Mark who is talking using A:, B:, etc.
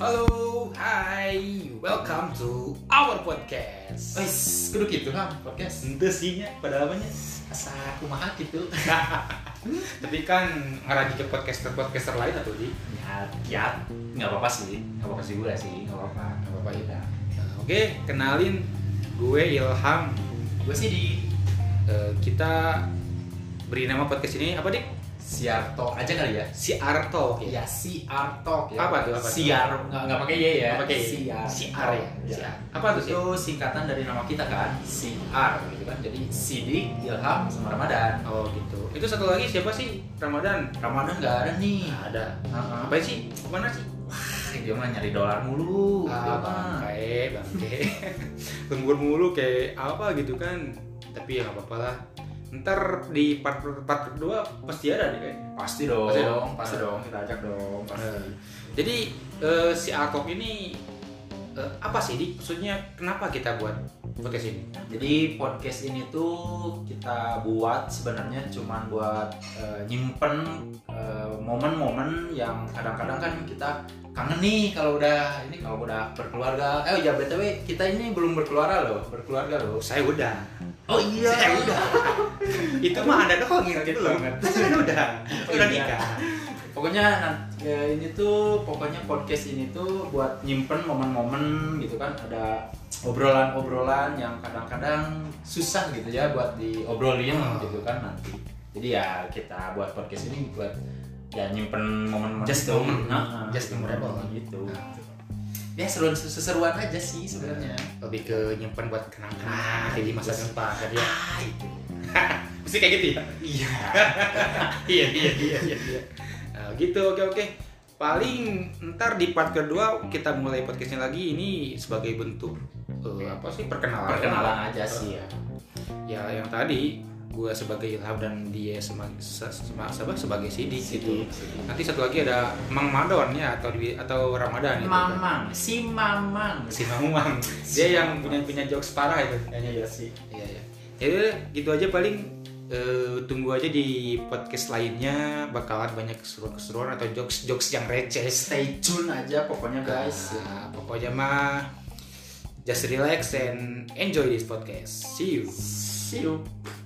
A: Halo, hai, welcome to our podcast.
B: Wes, kudu gitu kan podcast.
A: Ente sihnya pada apanya?
B: Asa kumaha gitu.
A: Tapi kan ngaragi ke podcaster-podcaster lain atau di?
B: Ya, ya nggak apa-apa sih. Nggak apa-apa sih gue sih, nggak apa-apa.
A: Gak apa-apa ya. Nah, Oke, kenalin gue Ilham.
B: Gue sih di
A: Eh, kita beri nama podcast ini apa dik?
B: siar talk aja kali ya.
A: Si Arto. ya?
B: Ya siar talk ya.
A: Apa tuh, apa tuh?
B: Siar nggak nggak pakai ye ya.
A: Apa kayak
B: Siar.
A: Si Ar ya?
B: Ya.
A: Si Ar. Apa tuh sih?
B: itu singkatan dari nama kita kan, siar gitu kan. Jadi Sidik, Ilham, sama Ramadan.
A: Oh gitu. Itu satu lagi siapa sih? Ramadan.
B: Ramadan nggak ada nih.
A: Nggak ada.
B: Heeh.
A: Apa sih? Mana sih? Ah,
B: Dia mah nyari dolar mulu. gitu kan? dia mah.
A: bangke bangke lembur mulu kayak apa gitu kan tapi ya nggak apa-apa lah ntar di part part kedua pasti ada kan? deh kayaknya
B: Pasti dong. Nah.
A: Pasti dong.
B: Pasti dong. Kita ajak dong.
A: Eh,
B: Pasti.
A: jadi eh, si Artok ini eh, apa sih Dik? maksudnya kenapa kita buat podcast ini
B: Jadi podcast ini tuh kita buat sebenarnya cuman buat eh, nyimpen eh, momen-momen yang kadang-kadang kan kita kangen nih kalau udah ini kalau udah berkeluarga. Eh ya btw kita ini belum berkeluarga loh, berkeluarga loh.
A: saya udah
B: Oh
A: saya udah itu mah anda doang yang gitu loh
B: banget.
A: saya kan udah
B: Oh,
A: udah
B: iya.
A: nikah
B: Pokoknya nanti- ya, ini tuh pokoknya podcast ini tuh buat nyimpen momen-momen gitu kan ada obrolan-obrolan yang kadang-kadang susah gitu ya buat diobrolin
A: Oh.
B: gitu kan nanti. Jadi ya kita buat podcast ini buat ya nyimpen momen-momen
A: Just
B: itu.
A: a moment.
B: Nah,
A: Just a
B: nyimpen
A: moment.
B: gitu.
A: Nah.
B: Ya seruan seseruan aja sih sebenarnya.
A: lebih ke nyimpen buat kenang-kenang
B: Ah,
A: jadi masa
B: gitu.
A: depan kan ya
B: Ah, itu.
A: pasti kayak gitu ya
B: Iya.
A: iya iya iya iya iya. Nah, gitu oke oke paling ntar di part kedua kita mulai podcastnya lagi ini sebagai bentuk eh, apa sih perkenalan
B: Perkenalan aja sih ya.
A: ya yang tadi gue sebagai Ilham dan dia sebagai sebagai
B: Iya.
A: Sidik gitu nanti satu lagi ada Mang Madon ya atau di- atau Ramadan itu kan.
B: Mamang, si Mamang.
A: si Mamang dia yang punya punya jokes parah itu kayaknya
B: Iya sih.
A: Iya ya. Jadi gitu aja paling eh, tunggu aja di podcast lainnya bakalan banyak keseruan-keseruan atau jokes-jokes yang receh.
B: stay tune aja pokoknya guys.
A: Ah, pokoknya mah just relax and enjoy this podcast. See you.
B: See you.